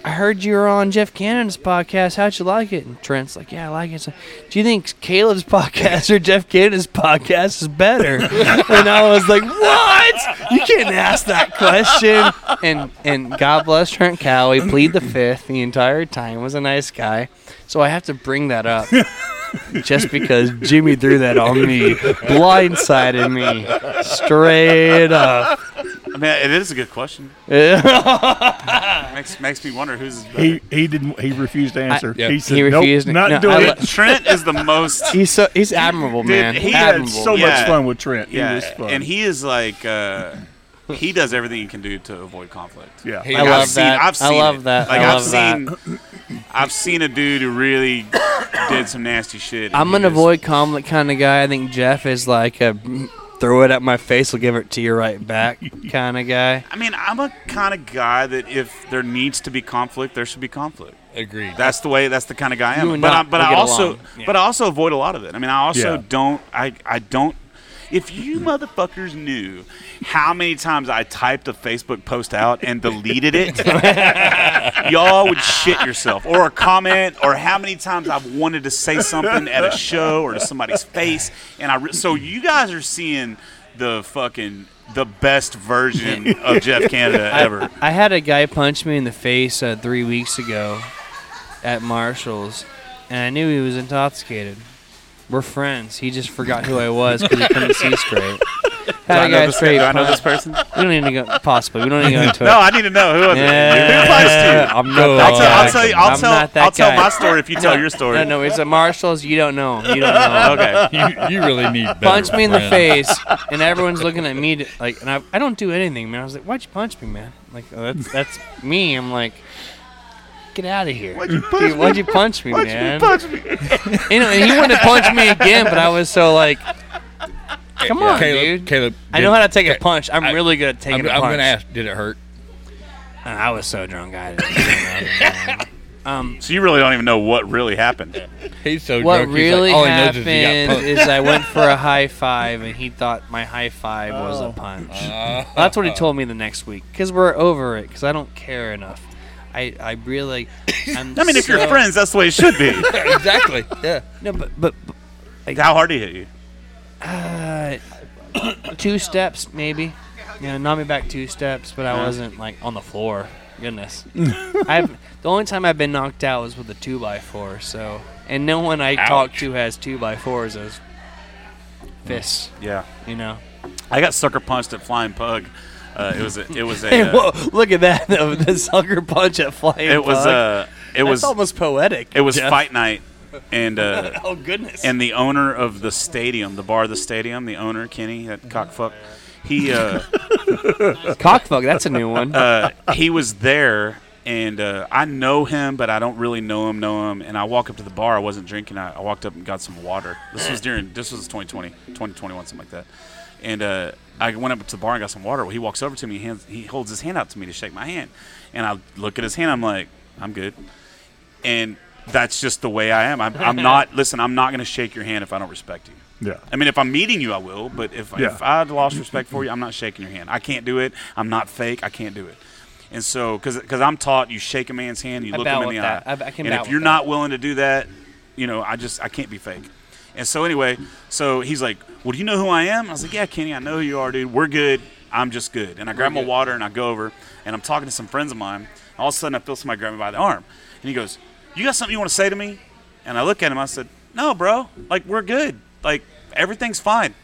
I heard you were on Jeff Cannon's podcast. How'd you like it? And Trent's like, Yeah, I like it. So, Do you think Caleb's podcast or Jeff Cannon's podcast is better? and I was like, What? You can't ask that question. And and God bless Trent Cowie, plead the fifth the entire time. Was a nice guy. So I have to bring that up. Just because Jimmy threw that on me, blindsided me, straight up.
I mean, it is a good question. Makes makes me wonder who's is better.
he he didn't. He refused to answer.
yeah.
he said,
He refused
"Nope,
to-
not
no, I
doing
lo-
it."
Trent is the most.
He's so he's admirable, man.
he had
admirable.
So
Yeah.
much fun with Trent. He
Yeah,
was fun.
and he is like. Uh, he does everything he can do to avoid conflict.
yeah.
He-
I
Like,
love
I've seen,
that.
I've
I
seen
love
it.
that.
Like
I
have
love that.
seen, I've seen a dude who really did some nasty shit. and
I'm
he
an
just-
avoid conflict kind of guy. I think Jeff is like a throw it at my face, I'll give it to you right back kind of guy.
I mean, I'm a kind of guy that if there needs to be conflict, there should be conflict.
Agreed.
That's the way. That's the kind of guy I
You
am.
and
But I,
not-
but
we
I
get
also
along. Yeah.
but I also avoid a lot of it. I mean, I also
Yeah.
don't. I I don't. If you motherfuckers knew how many times I typed a Facebook post out and deleted it, y'all would shit yourself. Or a comment, or how many times I've wanted to say something at a show or to somebody's face, and I. Re- so you guys are seeing the fucking the best version of Jeff Canada ever.
I had a guy punch me in the face uh, three weeks ago at Marshall's, and I knew he was intoxicated. We're friends. He just forgot who I was because he couldn't see straight.
Do
How
I
do you
know
guys
this,
rate?
do I know
Pon-
this person?
We don't need to go. Possibly, we don't need to go into it.
No, I need to know who. it is.
Yeah,
Who applies to you?
I'm not that
I'll, tell,
guy.
I'll tell you. I'll
I'm
tell.
not that
I'll tell
guy.
my story if you tell
No,
your story.
No, no, it's a Marshalls. You don't know. You don't know.
Okay.
you, you really need better
Punch me in the
friends.
face, and everyone's looking at me to, like, and I, I don't do anything, man. I was like, why'd you punch me, man? Like, oh, that's that's me. I'm like, get out of here. Why'd you punch Dude, me? Why'd you punch me, man? you know, and he wanted to punch me again, but I was so like, come on,
Caleb,
dude.
Caleb,
I know how to take a
Okay.
punch. I'm
I-
really good at
I'm,
taking
I'm
a punch.
gonna ask. Did it hurt?
And I was so drunk, I didn't know. um,
So you really don't even know what really happened.
He's so
what
drunk. he's
really
like, "Oh, all
happened
he knows is he got
is, I went for a high five, and he thought my high five was
Oh.
a punch.
Uh,
punched.
That's what he told me the next week because we're over it because I don't care enough. I, I really. I'm
I mean, if you're
so-
friends, that's the way it should be.
Yeah, exactly. Yeah.
No, but, but
How hard he hit you?
uh, two steps maybe. You know, knocked me back two steps, but I wasn't like on the floor. Goodness, I've the only time I've been knocked out was with a two by four. So, and no one I talk to has two by fours as fists.
Yeah.
You know.
I got sucker punched at Flying Pug. Uh, it was a, it was a
Hey,
uh,
whoa! Look at that! The, the sucker punch at flying.
it was
bug.
uh, it was
That's almost poetic.
it was
Jeff.
fight night, and uh,
Oh goodness!
and the owner of the stadium, the bar of the stadium, the owner Kenny that cockfuck, he uh,
cockfuck. That's a new one.
uh, he was there, and uh, I know him, but I don't really know him, know him. And I walk up to the bar. I wasn't drinking. I, I walked up and got some water. This was during this was 2020, 2021, something like that. And uh, I went up to the bar and got some water. Well, he walks over to me. He, hands, he holds his hand out to me to shake my hand, and I look at his hand. I'm like, I'm good. And that's just the way I am. I'm, I'm not. Listen, I'm not going to shake your hand if I don't respect you.
Yeah.
I mean, if I'm meeting you, I will. But if,
Yeah.
if I lost respect for you, I'm not shaking your hand. I can't do it. I'm not fake. I can't do it. And so, because I'm taught, you shake a man's hand, you
I
look
bow
him in
with
the
that.
eye,
I- I can
and
bow
if
with
you're
that.
not willing to do that, you know, I just I can't be fake. And so anyway, so he's like, "Well, do you know who I am?" I was like, "Yeah, Kenny, I know who you are, dude. We're good. I'm just good." And I grab my water and I go over and I'm talking to some friends of mine. All of a sudden, I feel somebody grab me by the arm, and he goes, "You got something you want to say to me?" And I look at him. I said, "No, bro. Like we're good. Like everything's fine."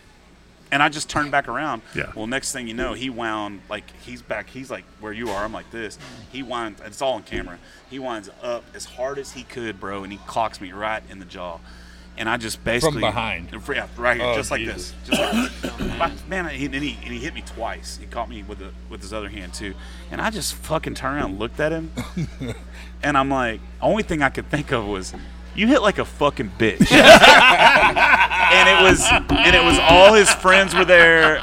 And I just turned back around.
Yeah.
Well, next thing you know, he wound like he's back. He's like where you are. I'm like this. He winds. It's all on camera. He winds up as hard as he could, bro, and he clocks me right in the jaw. And I just basically
behind.
yeah, right here,
Oh,
just like
Jesus.
this, just like this. My- man. He, and he and he hit me twice. He caught me with the with his other hand too. And I just fucking turned around, and looked at him, and I'm like, only thing I could think of was, you hit like a fucking bitch and it was and it was all his friends were there.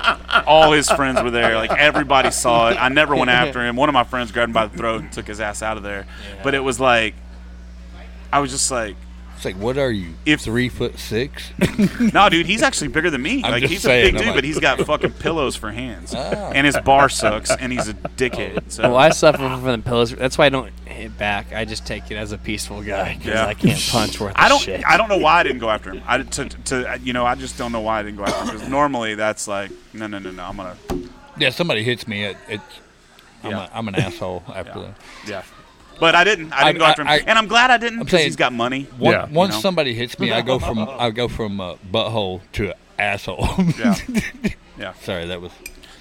All his friends were there. Like everybody saw it. I never went after him. One of my friends grabbed him by the throat and took his ass out of there. But it was like I was just like,
It's like, what are you?
If-
three foot six?
nah, dude, he's actually bigger than me.
I'm
like
just
he's a
saying,
big
I'm
dude,
like- Ah.
but he's got fucking pillows for hands. And his bar sucks and he's a
Oh.
dickhead. So
well, Oh, I suffer from the pillows. That's why I don't hit back. I just take it as a peaceful guy because
Yeah.
I can't punch worth.
I don't.
Shit.
I don't know why I didn't go after him. I to, to you know I just don't know why I didn't go after him because normally that's like no no no no I'm gonna
yeah, somebody hits me. It, it's I'm,
Yeah.
a, I'm an asshole after that.
Yeah. But I didn't. I didn't go
I-
after him,
I-
and I'm glad I didn't
I'm
because
saying-
he's got money.
One,
Yeah.
Once
You know?
somebody hits me, I go from I go from uh, butthole to asshole.
Yeah, yeah,
Sorry, that was.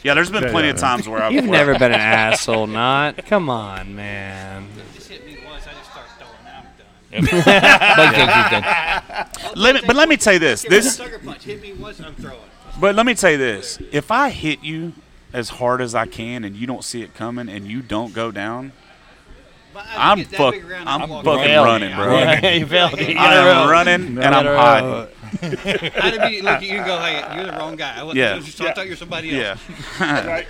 yeah. There's been
Yeah,
plenty
yeah,
of
yeah.
times where I've
You've
where-
never been an asshole, not. Come on, man.
Just hit me once, I just start throwing out. I'm done.
Both those are done.
Let me, but let me tell you this. This,
Sucker punch. Hit me once, I'm throwing.
but let me tell you this. If I hit you as hard as I can and you don't see it coming and you don't go down,
But I
I'm
get that
fuck,
big around,
I'm
walking
fucking
away.
running, bro.
you failed. You
I
gotta
am
roll.
running and I'm
Gotta roll.
hiding.
I'd be, look, you go, hey, you're the wrong guy. I, wasn't-
Yeah.
I, was just, I thought you were somebody else.
Yeah.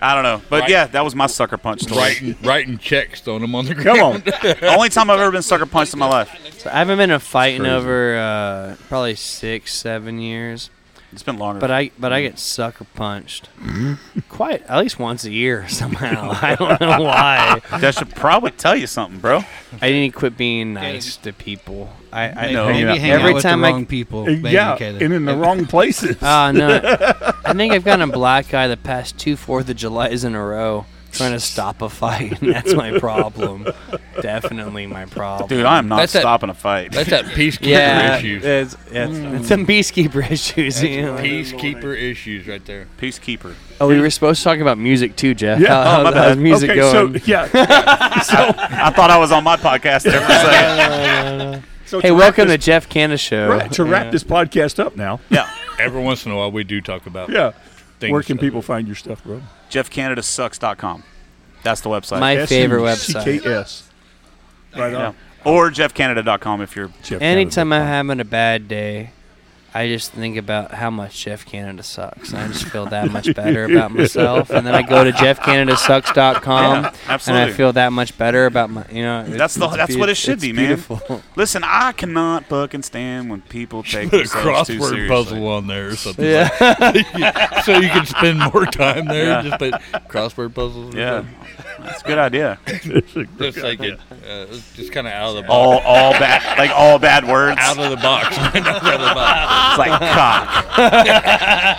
I don't know, but
Right.
yeah, that was my sucker punch story.
Writing, writing checks, throwing them on the ground.
Come on.
Only time I've ever been sucker punched in my life.
So I haven't been a fight in over uh, probably six, seven years.
It's been longer.
But I but I get sucker punched
Mm-hmm.
quite at least once a year somehow. I don't know why.
that should probably tell you something, bro.
I need to quit being nice to people. I, I
No.
Maybe
Yeah.
hang
Every
out with
time
the
I-
wrong people. maybe,
yeah,
Caleb.
and in the wrong places.
Uh, Oh no! I think I've gotten a black eye the past two Fourth of Julys in a row. trying to stop a fight. and that's my problem. Definitely my problem.
Dude, I am not
That's that-
stopping a fight.
That's that peacekeeper
yeah,
issues.
It's, it's, it's some peacekeeper issues. You know?
Peacekeeper issues right there.
Peacekeeper.
Oh, we were supposed to talk about music too, Jeff.
Yeah.
How,
Oh,
how-
my bad.
how's uh, music
okay,
going?
so yeah.
I thought I was on my podcast there for a second.
So
hey,
to wrap
welcome
this-
to Jeff Canna Show.
Right, to wrap
Yeah.
this podcast up now.
Yeah.
Every once in a while, we do talk about
Yeah.
things.
Where can people find your stuff, bro?
JeffCanadaSucks.com. That's the website.
My favorite website.
S-U-C-K-S. Right
yeah.
on.
Or JeffCanada.com if you're.
Jeff
Anytime I'm
Canada.
having a bad day, I just think about how much Jeff Canada sucks. I just feel that much better about myself, and then I go to jeffcanadasucks.com,
Yeah,
and
absolutely.
I feel that much better about my, you know.
That's the- that's what it
it's
should be, man.
beautiful.
Listen, I cannot fucking stand when people take
Put a
themselves too
crossword
seriously.
puzzle on there or something.
Yeah.
so you can spend more time there. Just put crossword puzzles. or
Yeah.
something.
That's a good idea.
Just like it, uh, it's just kind of out of the box.
All all bad like all bad words.
Out of the box. Out of the box.
It's like cock.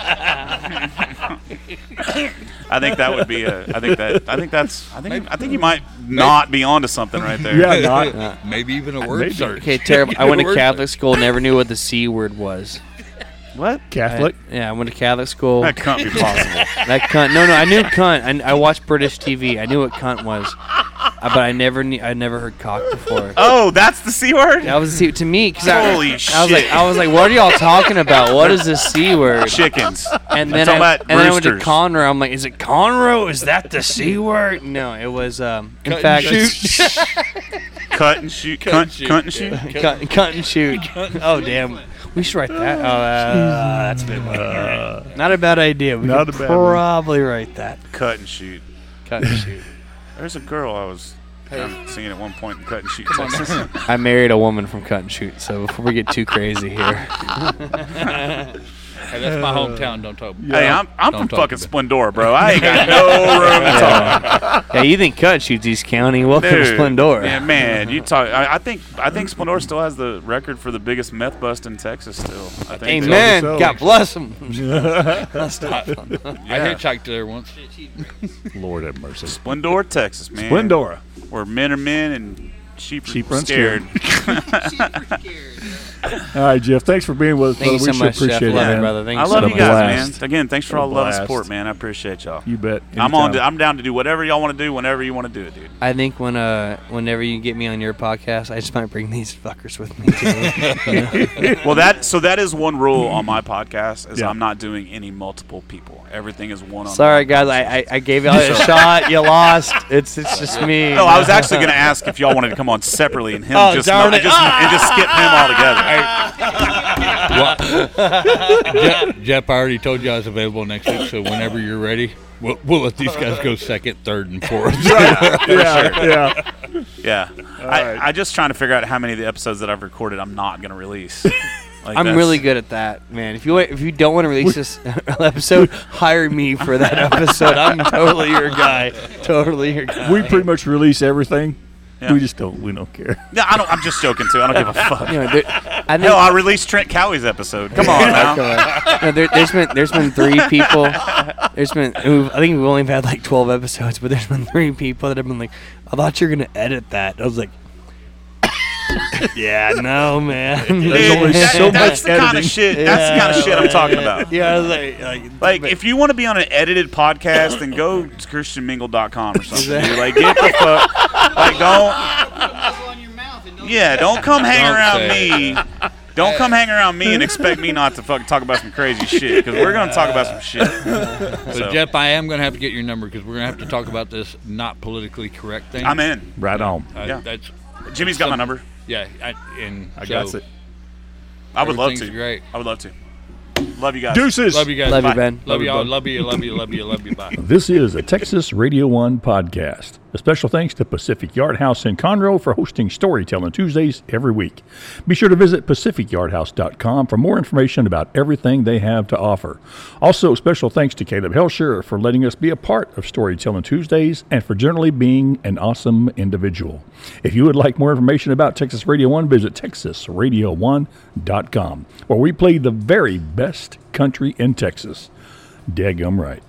I think that would be a. I think that. I think that's. I think. I think you might not be onto something right there.
Yeah, not.
Maybe even a
Maybe.
word search.
Okay, terrible. I went to
Word
Catholic school, never knew what the c word was. What?
Catholic?
I- yeah, I went to Catholic school.
That can't be possible.
That cunt. No, no, I knew cunt. I, I watched British TV. I knew what cunt was, Uh, but I never, knew, I never heard cock before.
Oh, that's the c word.
That was the C- to me because I,
Holy
I was like,
shit.
I was like, what are y'all talking about? What is this c word?
Chickens.
And then,
talking
I,
about
and then I went to
roosters.
Conroe. I'm like, is it Conroe? Is that the c word? No, it was. Um, in
Cut
fact,
and shoot.
Cut and shoot. Cut,
and shoot,
Cut and shoot.
Cut, cut and shoot. oh damn, we should write that. Oh, uh, that's a bit. not a bad idea. We
Not
could
a bad one.
probably write that.
Cut and shoot.
Cut and shoot.
There's a girl I was um, seeing at one point in cut and shoot. Texas.
I married a woman from Cut and Shoot, so before we get too crazy here,
Hey, that's my hometown. Don't talk.
Hey, I'm I'm
Don't
from
talk
fucking
about it.
Splendora, bro. I ain't got no room to talk.
yeah, you think Cut and Shoot's East County? Welcome to
Dude,
Splendora.
Yeah, man, you talk. I, I think I think Splendora still has the record for the biggest meth bust in Texas. Still, I think.
Amen.
So-
God bless him.
I hitchhiked there once.
Lord have mercy.
Splendora, Texas, man.
Splendora.
where men are men and sheep,
Sheep
are
run
scared.
All right, Jeff. Thanks for being with us.
Thank you
brother.
so
we
much,
sure
Jeff.
appreciate it,
Love you,
man.
brother. Thank
I
you so
love you
much.
guys,
blast.
man. Again, thanks for
What a
all the love and
blast.
support, man. I appreciate y'all.
You bet.
I'm on. To,
Anytime.
I'm down to do whatever y'all want to do, whenever you want to do it, dude.
I think when uh, whenever you get me on your podcast, I just might bring these fuckers with me. Too.
Well, that so that is one rule on my podcast is
Yeah.
I'm not doing any multiple people. Everything is one on.
Sorry, guys. I, I, I gave y'all a shot. You lost. It's it's just me.
No, Oh, I was actually going to ask if y'all wanted to come on separately and him
Oh,
just,
darn
no-
it. Ah!
just and just skip him altogether.
Jeff, Jeff, I already told you I was available next week, so whenever you're ready, we'll, we'll let these guys go second, third, and fourth.
Yeah, yeah.
Yeah. I,
right.
I just trying to figure out how many of the episodes that I've recorded I'm not going to release. Like,
I'm
that's-
really good at that, man. If you wa- if you don't want to release this episode, hire me for that episode. I'm totally your guy. Totally your guy.
We pretty much release everything.
Yeah.
We just don't. We don't care.
No, I don't, I'm just joking, too. I don't give a fuck.
You know, there, I think
No, I released Trent Cowie's episode. Come on now.
no, there, there's been there's been three people. There's been we've- I think we've only had like 12 episodes, but there's been three people that have been like, I thought you were gonna edit that. I was like, Yeah, no, man.
Dude,
only
that-
so
that's
much
the kind of
editing.
shit. That's the kind of shit I'm talking about.
yeah, I was like, like,
Like, if you want to be on an edited podcast, then go to ChristianMingle.com or something. dude. Like, get the fuck. Like, don't. Yeah, don't come hang
Don't
around
say
me. Don't come hang around me and expect me not to fucking talk about some crazy shit because we're gonna talk about some shit.
But
So-
Jeff, I am going to have to get your number because we're going to have to talk about this not politically correct thing.
I'm in.
Right on.
Uh,
yeah.
That's
Jimmy's got my number.
yeah. I, and
I
so,
got it.
I would love to.
Everything's great.
I would love to. Love you guys.
Deuces.
Love you guys.
love you,
Bye.
Ben.
Love you all. Love you. Love you. Love you. Love you. Bye.
This is a Texas Radio 1 podcast. A special thanks to Pacific Yard House in Conroe for hosting Storytelling Tuesdays every week. Be sure to visit pacificyardhouse.com for more information about everything they have to offer. Also, special thanks to Caleb Helsher for letting us be a part of Storytelling Tuesdays and for generally being an awesome individual. If you would like more information about Texas Radio 1, visit texasradio1.com, where we play the very best country in Texas. Daggum right.